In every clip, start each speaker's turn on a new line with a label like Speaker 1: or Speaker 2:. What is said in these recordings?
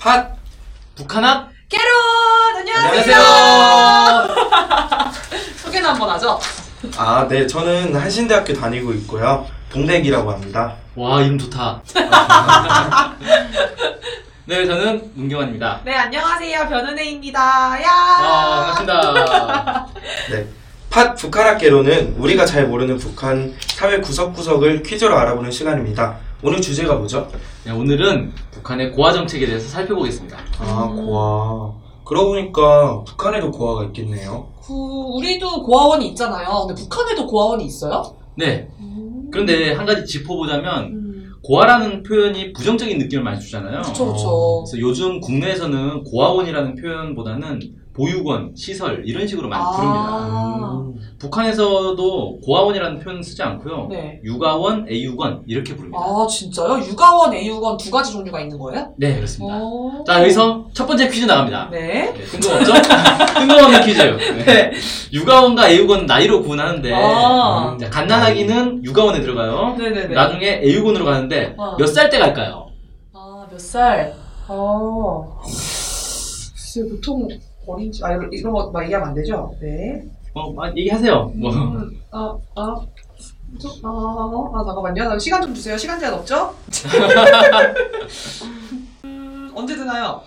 Speaker 1: 핫 북한아
Speaker 2: 캐롯 안녕하세요.
Speaker 1: 안녕하세요.
Speaker 2: 소개는 한번 하죠.
Speaker 3: 아, 네, 저는 한신대학교 다니고 있고요. 동대기라고 합니다.
Speaker 1: 와 이름 좋다. 네 저는 문경환입니다.
Speaker 2: 네 안녕하세요 변은혜입니다.
Speaker 1: 아
Speaker 2: 야.
Speaker 1: 반갑습니다.
Speaker 3: 네. 팟 북한학개론은 우리가 잘 모르는 북한 사회 구석구석을 퀴즈로 알아보는 시간입니다. 오늘 주제가 뭐죠?
Speaker 1: 네, 오늘은 북한의 고아 정책에 대해서 살펴보겠습니다.
Speaker 3: 아, 고아. 그러고 보니까 북한에도 고아가 있겠네요.
Speaker 2: 구, 우리도 고아원이 있잖아요. 근데 북한에도 고아원이 있어요?
Speaker 1: 네 그런데 한 가지 짚어보자면
Speaker 2: 음.
Speaker 1: 고아라는 표현이 부정적인 느낌을 많이 주잖아요. 어,
Speaker 2: 그쵸 그쵸.
Speaker 1: 그래서 요즘 국내에서는 고아원이라는 표현보다는 보육원, 시설 이런 식으로 많이 부릅니다.
Speaker 2: 아.
Speaker 3: 음.
Speaker 1: 북한에서도 고아원이라는 표현 쓰지 않고요.
Speaker 2: 네.
Speaker 1: 육아원, 애육원 이렇게 부릅니다.
Speaker 2: 아 진짜요? 육아원, 애육원 두 가지 종류가 있는 거예요?
Speaker 1: 네, 그렇습니다.
Speaker 2: 오.
Speaker 1: 자, 여기서 첫 번째 퀴즈 나갑니다.
Speaker 2: 네.
Speaker 1: 네, 뜬금없죠? 뜬금없는 퀴즈예요. 네. 육아원과 애육원은 나이로 구분하는데
Speaker 3: 어.
Speaker 2: 아.
Speaker 1: 자, 음, 갓난아기는 육아원에 들어가요.
Speaker 2: 네네네.
Speaker 1: 나중에 애육원으로 가는데
Speaker 2: 어.
Speaker 1: 몇 살 때 갈까요?
Speaker 2: 아몇 살? 어. 글쎄 보통 어린지 아 이런- 이런 거막 얘기하면 안 되죠? 네.
Speaker 1: 어, 막 얘기하세요. 뭐.
Speaker 2: 음, 아, 아, 저, 아, 아, 아, 잠깐만요. 나 시간 좀 주세요. 시간 제한 없죠? 음, 언제 드나요?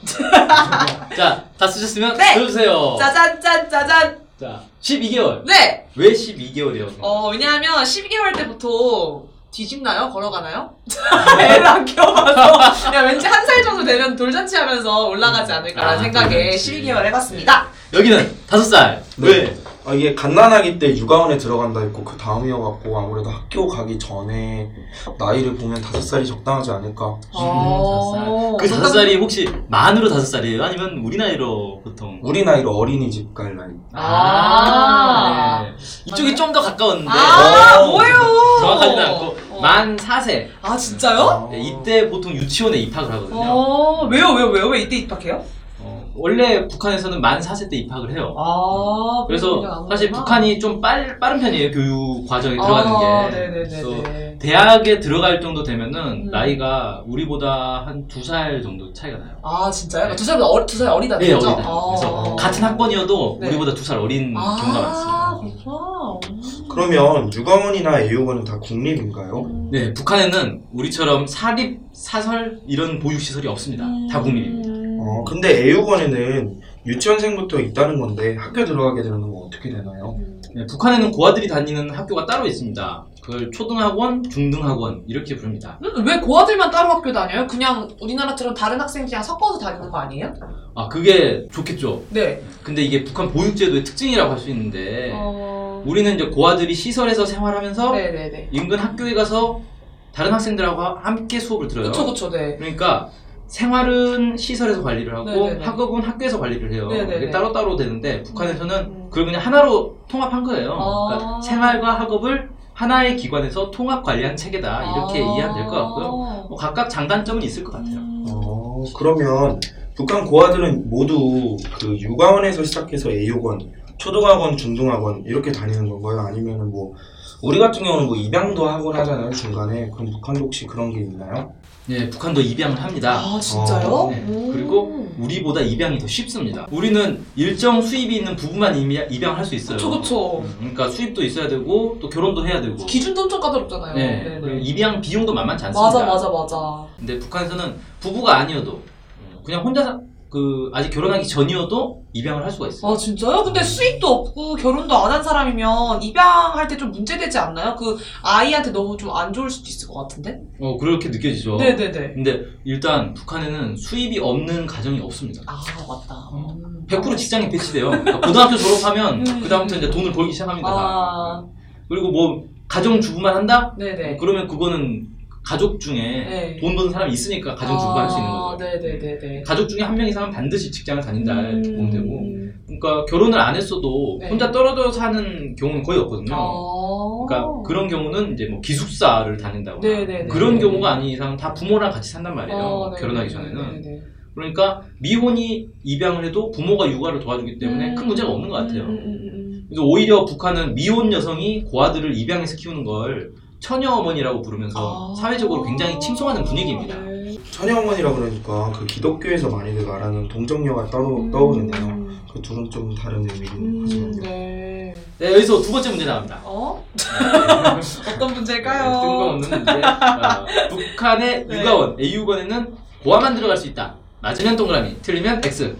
Speaker 1: 자, 다 쓰셨으면
Speaker 2: 네.
Speaker 1: 들어주세요.
Speaker 2: 짜잔, 짠, 짜잔.
Speaker 1: 자, 12개월.
Speaker 2: 네.
Speaker 1: 왜 12개월이요?
Speaker 2: 어, 왜냐하면 12개월 때 보통 뒤집나요? 걸어가나요? 애를 안 키워봐서. 야, 왠지 한 살 정도 되면 돌잔치 하면서 올라가지 않을까라는
Speaker 1: 아,
Speaker 2: 생각에
Speaker 1: 돌잔치.
Speaker 2: 12개월 해봤습니다.
Speaker 1: 여기는 5살.
Speaker 3: 네.
Speaker 1: 왜?
Speaker 3: 아, 이게 갓난아기 때 육아원에 들어간다 했고, 그 다음이어갖고, 아무래도 학교 가기 전에 나이를 보면 다섯 살이 적당하지 않을까.
Speaker 2: 아. 어.
Speaker 1: 그 다섯 살이 혹시 만으로 다섯 살이에요? 아니면 우리 나이로 보통?
Speaker 3: 우리 나이로 어린이집 갈 나이.
Speaker 2: 아.
Speaker 1: 네. 이쪽이 좀 더 가까웠는데
Speaker 2: 아,
Speaker 3: 어.
Speaker 2: 뭐예요?
Speaker 1: 정확하지는 않고
Speaker 2: 어.
Speaker 1: 만 4세
Speaker 2: 아, 진짜요?
Speaker 3: 어.
Speaker 1: 네, 이때 보통 유치원에 입학을 하거든요.
Speaker 2: 어, 왜요, 왜요, 왜요? 왜 이때 입학해요?
Speaker 1: 어, 원래 북한에서는 만 4세 때 입학을 해요.
Speaker 2: 아,
Speaker 1: 그래서 사실 북한이 좀 빨, 빠른 편이에요. 교육 과정에 들어가는 게. 그래서
Speaker 2: 아, 네, 네네네네.
Speaker 1: 대학에 들어갈 정도 되면은
Speaker 2: 음.
Speaker 1: 나이가 우리보다 한 두 살 정도 차이가 나요.
Speaker 2: 아, 진짜요? 두 살보다 어리, 두 살이 아, 어리다.
Speaker 1: 네,
Speaker 2: 그죠?
Speaker 1: 어리다. 그래서 같은 학번이어도
Speaker 2: 네.
Speaker 1: 우리보다 두 살 어린
Speaker 2: 아,
Speaker 1: 경우가 어, 많습니다.
Speaker 2: 그렇구나. 음.
Speaker 3: 그러면 육아원이나 애육원은 다 국립인가요?
Speaker 2: 음.
Speaker 1: 네, 북한에는 우리처럼 사립, 사설 이런 보육시설이 없습니다.
Speaker 2: 음.
Speaker 1: 다 국립입니다.
Speaker 3: 어, 근데 애육원에는 유치원생부터 있다는 건데 학교 들어가게 되는 건 어떻게 되나요?
Speaker 1: 네, 북한에는 고아들이 다니는 학교가 따로 있습니다. 그걸 초등학원, 중등학원 이렇게 부릅니다.
Speaker 2: 음, 왜 고아들만 따로 학교 다녀요? 그냥 우리나라처럼 다른 학생들이랑 섞어서 다니는 거 아니에요?
Speaker 1: 아, 그게 좋겠죠.
Speaker 2: 네.
Speaker 1: 근데 이게 북한 보육제도의 특징이라고 할 수 있는데
Speaker 2: 어...
Speaker 1: 우리는 이제 고아들이 시설에서 생활하면서
Speaker 2: 네네네.
Speaker 1: 인근 학교에 가서 다른 학생들하고 함께 수업을 들어요.
Speaker 2: 그쵸, 그쵸, 네.
Speaker 1: 그러니까 생활은 시설에서 관리를 하고
Speaker 2: 네네네.
Speaker 1: 학업은 학교에서 관리를 해요.
Speaker 2: 네네네.
Speaker 1: 이게 따로따로 되는데 북한에서는
Speaker 2: 음.
Speaker 1: 그걸 그냥 하나로 통합한 거예요.
Speaker 2: 아.
Speaker 1: 그러니까 생활과 학업을 하나의 기관에서 통합 관리한 체계다 이렇게
Speaker 2: 아.
Speaker 1: 이해하면 될 것 같고요. 뭐 각각 장단점은 있을 것 같아요.
Speaker 2: 음.
Speaker 3: 어, 그러면 북한 고아들은 모두 그 육아원에서 시작해서 애육원, 초등학원, 중등학원 이렇게 다니는 건가요? 아니면 뭐 우리 같은 경우는 뭐 입양도 하곤 하잖아요 중간에 그럼 북한도 혹시 그런 게 있나요?
Speaker 1: 네, 북한도 입양을 합니다.
Speaker 2: 아, 진짜요? 음.
Speaker 3: 어,
Speaker 1: 네.
Speaker 2: 오.
Speaker 1: 그리고 우리보다 입양이 더 쉽습니다. 우리는 일정 수입이 있는 부부만 입양- 입양할 수 있어요.
Speaker 2: 그쵸, 그쵸.
Speaker 1: 음, 그러니까 수입도 있어야 되고 또 결혼도 해야 되고.
Speaker 2: 기준도 엄청 까다롭잖아요.
Speaker 1: 네.
Speaker 2: 어, 네네.
Speaker 1: 그리고 입양 비용도 만만치 않습니다.
Speaker 2: 맞아, 맞아, 맞아.
Speaker 1: 근데 북한에서는 부부가 아니어도 음, 그냥 혼자 사- 그 아직 결혼하기 전이어도 입양을 할 수가 있어요.
Speaker 2: 아 진짜요? 근데 수입도 없고 결혼도 안 한 사람이면 입양할 때 좀 문제되지 않나요? 그 아이한테 너무 좀 안 좋을 수도 있을 것 같은데?
Speaker 1: 어 그렇게 느껴지죠.
Speaker 2: 네네네.
Speaker 1: 근데 일단 북한에는 수입이 없는 가정이 없습니다.
Speaker 2: 아 맞다.
Speaker 1: 어.
Speaker 2: 음.
Speaker 1: 100% 직장에 배치돼요. 그러니까 고등학교 졸업하면
Speaker 2: 음.
Speaker 1: 그다음부터 이제 돈을 벌기 시작합니다.
Speaker 2: 아
Speaker 1: 그리고 뭐 가정 주부만 한다?
Speaker 2: 네네.
Speaker 1: 그러면 그거는 가족 중에
Speaker 2: 네.
Speaker 1: 돈 버는 사람이 있으니까 가정 주부 할 수 있는 거죠.
Speaker 2: 아, 네네네네. 음.
Speaker 1: 가족 중에 한 명 이상은 반드시 직장을 다닌다 이렇게 보면 되고 그러니까 결혼을 안 했어도
Speaker 2: 네.
Speaker 1: 혼자 떨어져 사는 경우는 거의 없거든요.
Speaker 2: 아.
Speaker 1: 그러니까 그런 경우는 이제 뭐 기숙사를 다닌다거나
Speaker 2: 네네네.
Speaker 1: 그런 경우가 아닌 이상 다 부모랑 같이 산단 말이에요.
Speaker 2: 어, 네네. 음.
Speaker 1: 결혼하기 전에는.
Speaker 2: 네네.
Speaker 1: 그러니까 미혼이 입양을 해도 부모가 육아를 도와주기 때문에
Speaker 2: 음.
Speaker 1: 큰 문제가 없는 것 같아요.
Speaker 2: 음, 음, 음,
Speaker 1: 그래서 오히려 북한은 미혼 여성이 고아들을 입양해서 키우는 걸 처녀 어머니라고 부르면서
Speaker 2: 아.
Speaker 1: 사회적으로 굉장히 칭송하는 분위기입니다.
Speaker 2: 네.
Speaker 3: 천혜원이라 그러니까 그 기독교에서 많이들 말하는 동정녀가 따로 떠오르네요. 그 둘은 좀 다른 의미긴
Speaker 2: 음,
Speaker 3: 하지만요.
Speaker 2: 네.
Speaker 1: 네, 여기서 두 번째 문제 나옵니다.
Speaker 2: 어?
Speaker 1: 네,
Speaker 2: 어떤 문제일까요?
Speaker 1: 뜬금없는 문제. 어, 북한의
Speaker 2: 네.
Speaker 1: 유가원, AU건에는 고아만 들어갈 수 있다. 맞으면 동그라미, 틀리면 X.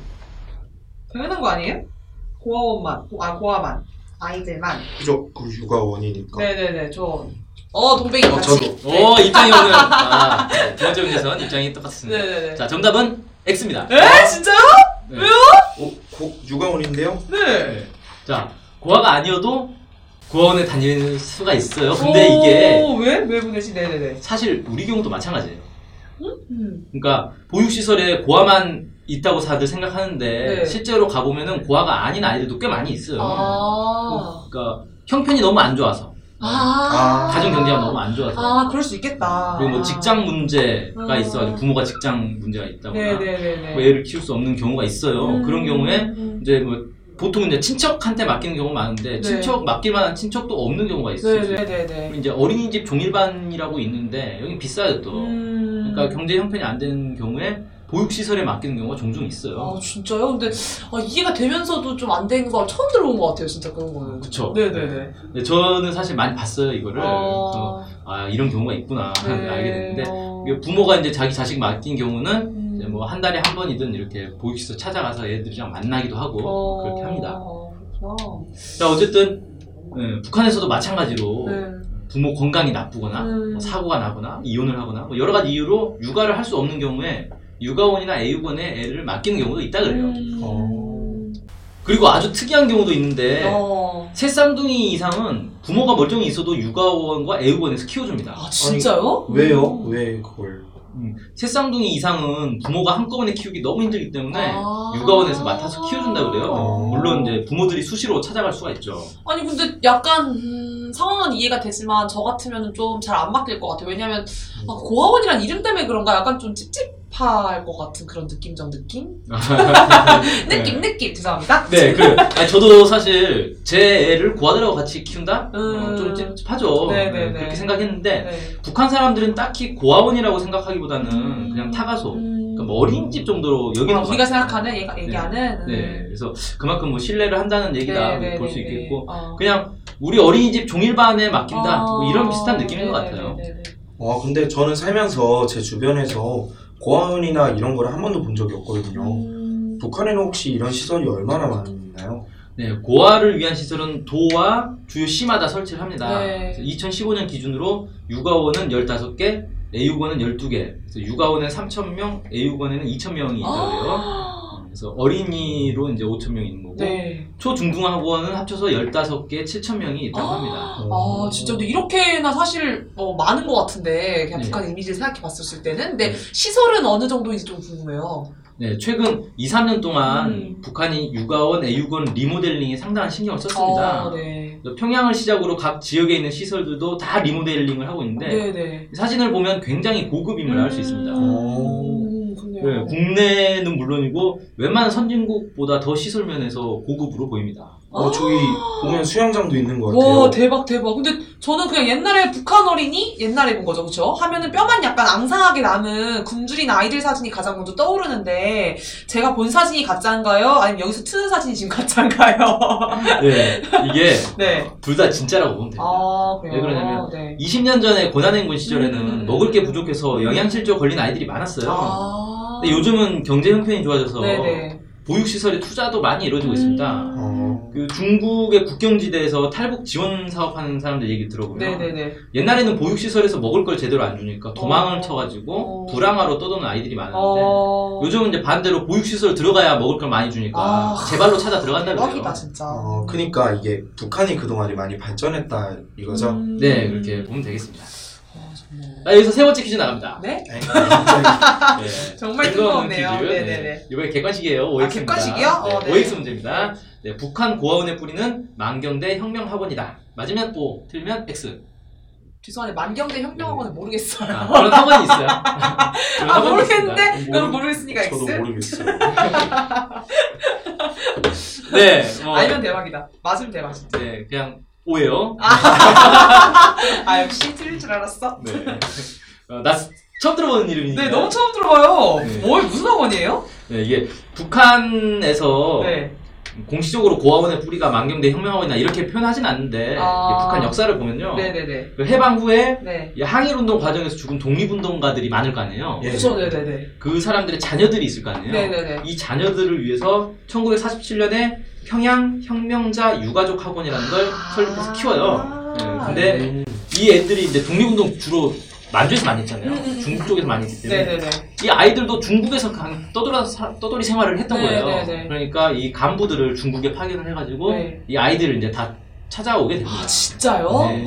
Speaker 2: 당연한 거 아니에요? 고아원만, 고- 아 고아만, 아이들만.
Speaker 3: 그죠? 그 유가 원이니까.
Speaker 2: 네네네, 저. 어 동백이
Speaker 3: 어,
Speaker 2: 같이.
Speaker 3: 저도.
Speaker 2: 네.
Speaker 1: 오, 입장이 오늘. 아, 네, 두 번째 문제에선 입장이 똑같습니다.
Speaker 2: 네네네.
Speaker 1: 자, 정답은 X입니다.
Speaker 2: 에 진짜요?
Speaker 1: 네.
Speaker 3: 어, 고, 유가 원인데요?
Speaker 2: 네.
Speaker 1: 네. 자, 고아가 아니어도 고아원에 다닐 수가 있어요. 근데 이게
Speaker 2: 오, 왜? 왜 보내지? 네네네.
Speaker 1: 사실 우리 경우도 마찬가지예요.
Speaker 2: 음.
Speaker 1: 그러니까 보육시설에 고아만 있다고 다들 생각하는데
Speaker 2: 네.
Speaker 1: 실제로 가보면은 고아가 아닌 아이들도 꽤 많이 있어요.
Speaker 2: 아.
Speaker 1: 그러니까 형편이 너무 안 좋아서
Speaker 2: 아.
Speaker 1: 가정 경제가 너무 안 좋아서
Speaker 2: 아, 그럴 수 있겠다.
Speaker 1: 그리고 뭐 직장 문제가
Speaker 2: 아.
Speaker 1: 있어가지고 부모가 직장 문제가 있다거나
Speaker 2: 네네네네.
Speaker 1: 뭐 애를 키울 수 없는 경우가 있어요. 뭐
Speaker 2: 음.
Speaker 1: 그런 경우에
Speaker 2: 음.
Speaker 1: 이제 뭐 보통 이제 친척한테 맡기는 경우가 많은데 친척 맡길 만한 친척도 없는 경우가 있어요.
Speaker 2: 네. 네네네네.
Speaker 1: 이제 어린이집 종일반이라고 있는데 여기 비싸요 또.
Speaker 2: 음.
Speaker 1: 그러니까 경제 형편이 안 되는 경우에 보육시설에 맡기는 경우가 종종 있어요.
Speaker 2: 아 진짜요? 근데 아, 이해가 되면서도 좀 안 되는 거 처음 들어본 것 같아요 진짜 그런 거는
Speaker 1: 그쵸.
Speaker 2: 네네네
Speaker 1: 근데 저는 사실 많이 봤어요 이거를. 그래서 아 이런 경우가 있구나
Speaker 2: 네.
Speaker 1: 하는 걸 알게 됐는데
Speaker 2: 어.
Speaker 1: 이게 부모가 이제 자기 자식 맡긴 경우는 이제 뭐 한 달에 한 번이든 이렇게 보육시설 찾아가서 애들이랑 만나기도 하고 뭐 그렇게 합니다.
Speaker 2: 어.
Speaker 1: 뭐
Speaker 2: 그렇구나
Speaker 1: 자 어쨌든 예, 북한에서도 마찬가지로
Speaker 2: 네.
Speaker 1: 부모 건강이 나쁘거나
Speaker 2: 음.
Speaker 1: 뭐 사고가 나거나 이혼을 하거나 뭐 여러 가지 이유로 육아를 할 수 없는 경우에 육아원이나 애육원에 애를 맡기는 경우도 있다 그래요.
Speaker 3: 어.
Speaker 2: 음.
Speaker 1: 그리고 아주 특이한 경우도 있는데
Speaker 2: 어.
Speaker 1: 새 쌍둥이 이상은 부모가 멀쩡히 있어도 육아원과 애육원에서 키워줍니다.
Speaker 2: 아 진짜요?
Speaker 3: 왜요?
Speaker 2: 음.
Speaker 3: 왜 그걸?
Speaker 1: 새 쌍둥이 이상은 부모가 한꺼번에 키우기 너무 힘들기 때문에
Speaker 2: 아.
Speaker 1: 네. 육아원에서 맡아서 키워준다 그래요.
Speaker 3: 어.
Speaker 1: 물론 이제 부모들이 수시로 찾아갈 수가 있죠.
Speaker 2: 아니 근데 약간 음, 상황은 이해가 되지만 저 같으면 좀 잘 안 맡길 것 같아요 왜냐면
Speaker 3: 음.
Speaker 2: 아, 고아원이란 이름 때문에 그런가 약간 좀 찝찝할 것 같은 그런 느낌적 느낌? 느낌 느낌 죄송합니다
Speaker 1: 네, 그래요. 아니, 저도 사실 제 애를 고아들하고 같이 키운다?
Speaker 2: 음.
Speaker 1: 어, 좀 찝찝하죠.
Speaker 2: 네네네.
Speaker 1: 네, 그렇게 생각했는데
Speaker 2: 네.
Speaker 1: 북한 사람들은 딱히 고아원이라고 생각하기보다는
Speaker 2: 음.
Speaker 1: 그냥 타가소,
Speaker 2: 음.
Speaker 1: 그러니까 뭐 어린이집 정도로 여기는
Speaker 2: 아,
Speaker 1: 것
Speaker 2: 우리가
Speaker 1: 같아요.
Speaker 2: 생각하는 얘가, 얘기하는 음.
Speaker 1: 네, 그래서 그만큼 뭐 신뢰를 한다는
Speaker 2: 네,
Speaker 1: 얘기다 뭐 볼 수 있겠고 그냥 우리 어린이집 종일반에 맡긴다 뭐
Speaker 2: 어.
Speaker 1: 이런 비슷한 느낌인 것 같아요.
Speaker 3: 와, 근데 저는 살면서 제 주변에서 고아원이나 이런 걸 한 번도 본 적이
Speaker 2: 음.
Speaker 3: 없거든요. 북한에는 혹시 이런 시설이 얼마나 많이 있나요?
Speaker 1: 네, 고아를 위한 시설은 도와 주요 시마다 설치를 합니다.
Speaker 2: 네.
Speaker 1: 2015년 기준으로 육아원은 15개, 애육원은 12개. 그래서 육아원은 3,000명, 애육원에는 2,000명이
Speaker 2: 아.
Speaker 1: 있다고요. 그래서 어린이로 이제 5,000명이 있는 거고
Speaker 2: 네.
Speaker 1: 초중등학원은 합쳐서 15개 7,000명이 있다고 합니다.
Speaker 2: 아 진짜 근데 이렇게나 사실 어, 많은 것 같은데 그냥
Speaker 1: 네.
Speaker 2: 북한 이미지를 생각해 봤을 때는 근데
Speaker 1: 네.
Speaker 2: 시설은 어느 정도인지 좀 궁금해요.
Speaker 1: 네, 최근 2, 3년 동안
Speaker 2: 음.
Speaker 1: 북한이 육아원, 애육원 리모델링에 상당한 신경을 썼습니다.
Speaker 2: 아, 네.
Speaker 1: 평양을 시작으로 각 지역에 있는 시설들도 다 리모델링을 하고 있는데
Speaker 2: 네, 네.
Speaker 1: 사진을 보면 굉장히 고급임을 알 수 있습니다.
Speaker 2: 음,
Speaker 1: 네,
Speaker 2: 그렇네요.
Speaker 1: 국내는 물론이고 웬만한 선진국보다 더 시설 면에서 고급으로 보입니다.
Speaker 3: 어, 저기 보면 수영장도 있는 것 같아요.
Speaker 2: 와 아. 대박 대박 근데 저는 그냥 옛날에 북한 어린이 옛날에 본 거죠 그쵸? 하면은 뼈만 약간 앙상하게 남은 굶주린 아이들 사진이 가장 먼저 떠오르는데 제가 본 사진이 가짜인가요? 아니면 여기서 트는 사진이 지금 가짜인가요?
Speaker 1: 네, 이게
Speaker 2: 네.
Speaker 1: 둘 다 진짜라고 보면 됩니다.
Speaker 2: 아 그래요?
Speaker 1: 왜 그러냐면
Speaker 2: 네.
Speaker 1: 20년 전에 고난행군 시절에는
Speaker 2: 음.
Speaker 1: 먹을 게 부족해서 영양실조 걸린 아이들이 많았어요.
Speaker 2: 아
Speaker 1: 근데 요즘은 경제 형편이 좋아져서
Speaker 2: 네네
Speaker 1: 보육시설에 투자도 많이 이루어지고
Speaker 2: 음.
Speaker 1: 있습니다.
Speaker 3: 어,
Speaker 1: 그 중국의 국경지대에서 탈북 지원 사업하는 사람들 얘기 들어보면
Speaker 2: 네네네
Speaker 1: 옛날에는 보육시설에서 먹을 걸 제대로 안 주니까 도망을
Speaker 2: 어.
Speaker 1: 쳐가지고
Speaker 2: 어.
Speaker 1: 불황화로 떠도는 아이들이 많았는데
Speaker 2: 어...
Speaker 1: 요즘은 이제 반대로 보육시설 들어가야 먹을 걸 많이 주니까
Speaker 2: 아.
Speaker 1: 제발로 찾아 들어간다 그래요.
Speaker 2: 대박이다 진짜
Speaker 3: 어, 그니까 이게 북한이 그동안에 많이 발전했다 이거죠.
Speaker 2: 음.
Speaker 1: 네 그렇게 보면 되겠습니다.
Speaker 2: 아, 정말.
Speaker 1: 자, 여기서 세 번째 퀴즈 나갑니다.
Speaker 2: 네?
Speaker 3: 에이, 갑자기.
Speaker 1: 네.
Speaker 2: 아, 정말
Speaker 1: 뜬금없는
Speaker 2: 뜨거웠네요
Speaker 1: 퀴즈.
Speaker 2: 네네네 아,
Speaker 1: 이번에 객관식이에요. OX 입니다.
Speaker 2: 객관식이요? 어, 네.
Speaker 1: OX 문제입니다. 네, 북한 고아원의 뿌리는 만경대 혁명학원이다. 맞으면 O, 틀리면 X.
Speaker 2: 죄송한데 만경대 혁명학원은 모르겠어요
Speaker 1: 아, 그런 학원이 있어요. 그런
Speaker 2: 아
Speaker 1: 학원이 있습니다. 음,
Speaker 2: 모르겠는데 그럼
Speaker 3: 모르-
Speaker 2: 모르겠으니까 X
Speaker 3: 저도 모르겠어요.
Speaker 1: 네. 뭐,
Speaker 2: 알면 대박이다 맞으면 대박 진짜
Speaker 1: 네, 그냥 O예요.
Speaker 2: 아 역시 아, 틀릴 줄 알았어
Speaker 1: 네. 어, 나, 처음 들어보는 이름이니까.
Speaker 2: 네, 너무 처음 들어봐요.
Speaker 1: 네.
Speaker 2: 뭘 무슨 학원이에요?
Speaker 1: 네, 이게 북한에서
Speaker 2: 네.
Speaker 1: 공식적으로 고아원의 뿌리가 만경대 혁명하고있나 이렇게 표현하진 않는데
Speaker 2: 아.
Speaker 1: 이게 북한 역사를 보면요.
Speaker 2: 네, 네, 네.
Speaker 1: 그 해방 후에
Speaker 2: 네.
Speaker 1: 이 항일운동 과정에서 죽은 독립운동가들이 많을 거 아니에요.
Speaker 3: 예.
Speaker 2: 그렇죠. 네, 네, 네.
Speaker 1: 그 사람들의 자녀들이 있을 거 아니에요.
Speaker 2: 네, 네, 네.
Speaker 1: 이 자녀들을 위해서 1947년에 평양 혁명자 유가족 학원이라는 걸
Speaker 2: 아.
Speaker 1: 설립해서 키워요. 네, 근데
Speaker 3: 음.
Speaker 1: 이 애들이 이제 독립운동 주로 만주에서 많이 했잖아요.
Speaker 2: 음, 음, 음.
Speaker 1: 중국 쪽에서 많이 했기 때문에
Speaker 2: 네, 네, 네.
Speaker 1: 이 아이들도 중국에서 강- 떠돌아 사- 떠돌이 생활을 했던
Speaker 2: 네,
Speaker 1: 거예요.
Speaker 2: 네, 네.
Speaker 1: 그러니까 이 간부들을 중국에 파견을 해가지고
Speaker 2: 네.
Speaker 1: 이 아이들을 이제 다 찾아오게 됩니다.
Speaker 2: 아, 진짜요?
Speaker 1: 네.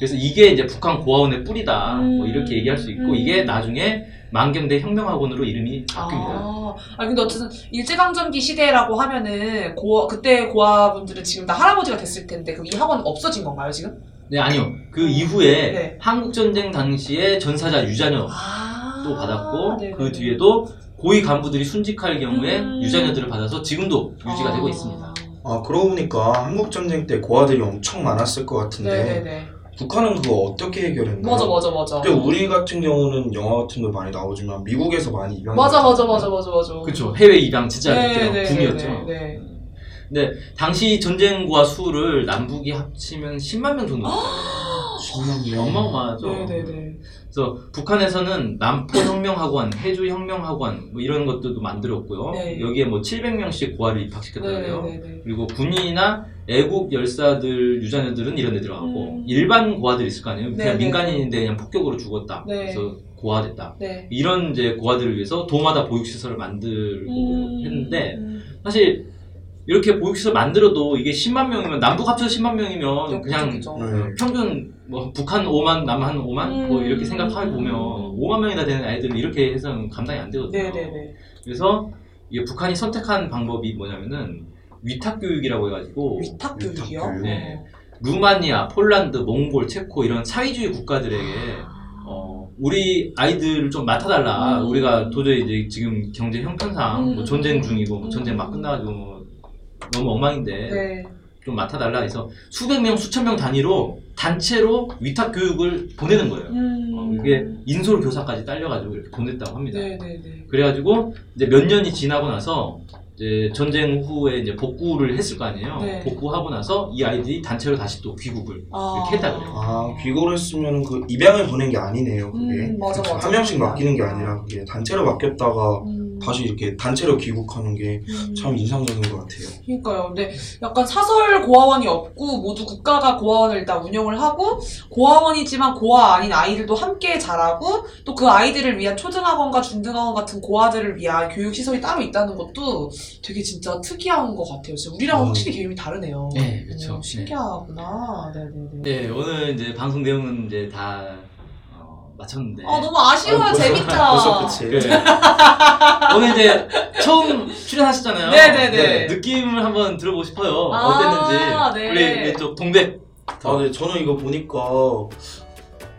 Speaker 1: 그래서 이게 이제 북한 고아원의 뿌리다 뭐
Speaker 2: 음.
Speaker 1: 이렇게 얘기할 수 있고
Speaker 2: 음.
Speaker 1: 이게 나중에 만경대 혁명학원으로 이름이 바뀝니다.
Speaker 2: 아, 아니 근데 어쨌든 일제강점기 시대라고 하면은 고 그때 고아분들은 지금 다 할아버지가 됐을 텐데 그럼 이 학원 없어진 건가요 지금?
Speaker 1: 네 아니요 그 이후에
Speaker 2: 네.
Speaker 1: 한국 전쟁 당시에 전사자 유자녀
Speaker 2: 아,
Speaker 1: 또 받았고
Speaker 2: 네네네.
Speaker 1: 그 뒤에도 고위 간부들이 순직할 경우에
Speaker 2: 음.
Speaker 1: 유자녀들을 받아서 지금도 유지가
Speaker 2: 아.
Speaker 1: 되고 있습니다.
Speaker 3: 아 그러고 보니까 한국 전쟁 때 고아들이 엄청 많았을 것 같은데
Speaker 2: 네네네.
Speaker 3: 북한은 그거 어떻게 해결했나?
Speaker 2: 맞아 맞아 맞아.
Speaker 3: 근데 우리 같은 경우는 영화 같은 거 많이 나오지만 미국에서 많이 입양.
Speaker 2: 맞아 맞아 맞아 맞아 맞아.
Speaker 1: 그렇죠 해외 입양 진짜 그때 붐이었죠.
Speaker 2: 네.
Speaker 1: 근데 당시 전쟁과 수를 남북이 합치면 10만 명 정도. 어마어마하죠.
Speaker 2: 아! 네네네.
Speaker 1: 그래서 북한에서는 남포혁명학원, 해주혁명학원 뭐 이런 것들도 만들었고요.
Speaker 2: 네.
Speaker 1: 여기에 뭐 700명씩 고아를 입학시켰다고 해요.
Speaker 2: 네네네.
Speaker 1: 그리고 군인이나 애국 열사들 유자녀들은 이런 데 들어가고
Speaker 2: 음.
Speaker 1: 일반 고아들 있을 거 아니에요.
Speaker 2: 네,
Speaker 1: 그냥
Speaker 2: 네.
Speaker 1: 민간인인데 그냥 폭격으로 죽었다.
Speaker 2: 네.
Speaker 1: 그래서 고아됐다.
Speaker 2: 네.
Speaker 1: 이런 이제 고아들을 위해서 도마다 보육시설을 만들고
Speaker 2: 음,
Speaker 1: 했는데
Speaker 2: 음.
Speaker 1: 사실 이렇게 보육시설 만들어도 이게 10만 명이면 남북 합쳐서 10만 명이면 그냥
Speaker 2: 그렇죠,
Speaker 1: 음,
Speaker 2: 그쵸, 그쵸.
Speaker 3: 네.
Speaker 1: 평균 뭐 북한 5만 남한 5만
Speaker 2: 음.
Speaker 1: 뭐 이렇게 생각해 보면 5만 명이나 되는 아이들은 이렇게 해서는 감당이 안 되거든요.
Speaker 2: 네네네.
Speaker 1: 그래서 이게 북한이 선택한 방법이 뭐냐면은 위탁 교육이라고 해가지고
Speaker 2: 위탁 교육이요?
Speaker 3: 위탁 교육.
Speaker 1: 네. 루마니아, 폴란드, 몽골, 체코 이런 사회주의 국가들에게 어, 우리 아이들을 좀 맡아달라.
Speaker 2: 아. 음.
Speaker 1: 우리가 도저히 이제 지금 경제 형편상 뭐
Speaker 2: 음.
Speaker 1: 전쟁 중이고 뭐
Speaker 2: 음.
Speaker 1: 전쟁 막 끝나가지고 뭐 너무 엉망인데
Speaker 2: 네.
Speaker 1: 좀 맡아달라 해서 수백 명, 수천 명 단위로 단체로 위탁 교육을 보내는 거예요.
Speaker 2: 음.
Speaker 1: 어, 그게 인솔 교사까지 딸려가지고 이렇게 보냈다고 합니다.
Speaker 2: 네네네.
Speaker 1: 그래가지고 이제 몇 년이 지나고 나서 이제 전쟁 후에 이제 복구를 했을 거 아니에요.
Speaker 2: 네.
Speaker 1: 복구하고 나서 이 아이들이 단체로 다시 또 귀국을.
Speaker 2: 아.
Speaker 1: 이렇게 했다 그래요.
Speaker 3: 아 귀고를 쓰면 그 입양을 보낸 게 아니네요. 그게
Speaker 2: 음, 맞아 맞아.
Speaker 3: 한 명씩 맡기는 게 아니라 그게 단체로 맡겼다가
Speaker 2: 음.
Speaker 3: 다시 이렇게 단체로 귀국하는 게 참 인상적인 것 같아요.
Speaker 2: 그러니까요. 근데 약간 사설 고아원이 없고 모두 국가가 고아원을 일단 운영을 하고 고아원이지만 고아 아닌 아이들도 함께 자라고 또 그 아이들을 위한 초등학원과 중등학원 같은 고아들을 위한 교육 시설이 따로 있다는 것도 되게 진짜 특이한 것 같아요. 진짜 우리랑 은
Speaker 3: 음.
Speaker 2: 확실히 개념이 다르네요.
Speaker 1: 네, 그쵸.
Speaker 2: 오, 신기하구나. 네, 네, 네.
Speaker 1: 네 오늘 이제 방송 내용은 이제 다 어, 마쳤는데.
Speaker 2: 아 너무 아쉬워요.
Speaker 3: 아이고,
Speaker 2: 재밌죠.
Speaker 3: 벌써 끝이.
Speaker 1: 네. 오늘 이제 처음 출연하셨잖아요.
Speaker 2: 네네네.
Speaker 1: 느낌을 한번 들어보고 싶어요.
Speaker 2: 아,
Speaker 1: 어땠는지
Speaker 2: 네.
Speaker 1: 우리 왼쪽 동백.
Speaker 3: 아, 네, 저는 이거 보니까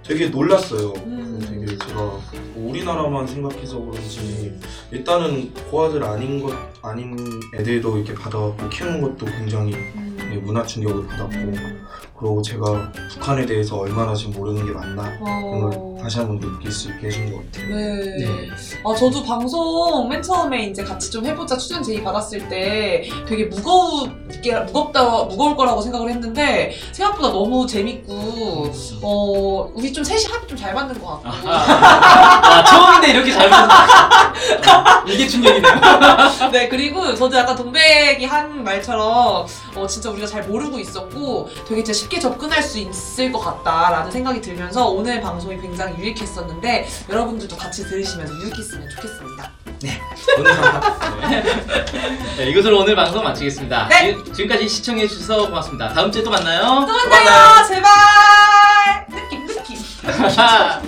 Speaker 3: 되게 놀랐어요.
Speaker 2: 음.
Speaker 3: 네, 되게 제가 뭐 우리나라만 생각해서 그런지 일단은 고아들 아닌 것 아닌 애들도 이렇게 받아갖고 키우는 것도 굉장히
Speaker 2: 음.
Speaker 3: 네, 문화 충격을 받았고 그리고 제가 북한에 대해서 얼마나 지금 모르는 게 맞나 이런
Speaker 2: 어.
Speaker 3: 걸 다시 한번 느낄 수 있게 해준 것 같아요.
Speaker 2: 네.
Speaker 1: 네.
Speaker 2: 아, 저도 방송 맨 처음에 이제 같이 좀 해보자 추천 제의 받았을 때 되게 무거우게, 무겁다, 무거울 거라고 생각을 했는데 생각보다 너무 재밌고, 어, 우리 좀 셋이 합이 좀 잘 맞는 것 같고.
Speaker 1: 아, 처음인데 이렇게 잘 맞았어. 이게 충격이네요.
Speaker 2: 네, 그리고 저도 약간 동백이 한 말처럼 어, 진짜 우리가 잘 모르고 있었고 되게 진짜 쉽게 접근할 수 있을 것 같다라는 생각이 들면서 오늘 방송이 굉장히 유익했었는데 여러분들도 같이 들으시면서 유익했으면 좋겠습니다.
Speaker 1: 오늘 방송. 네. 네, 이것으로 오늘 방송 마치겠습니다.
Speaker 2: 네.
Speaker 1: 지- 지금까지 시청해주셔서 고맙습니다. 다음 주에 또 만나요.
Speaker 2: 또 만나요! 제발! 느낌, 느낌.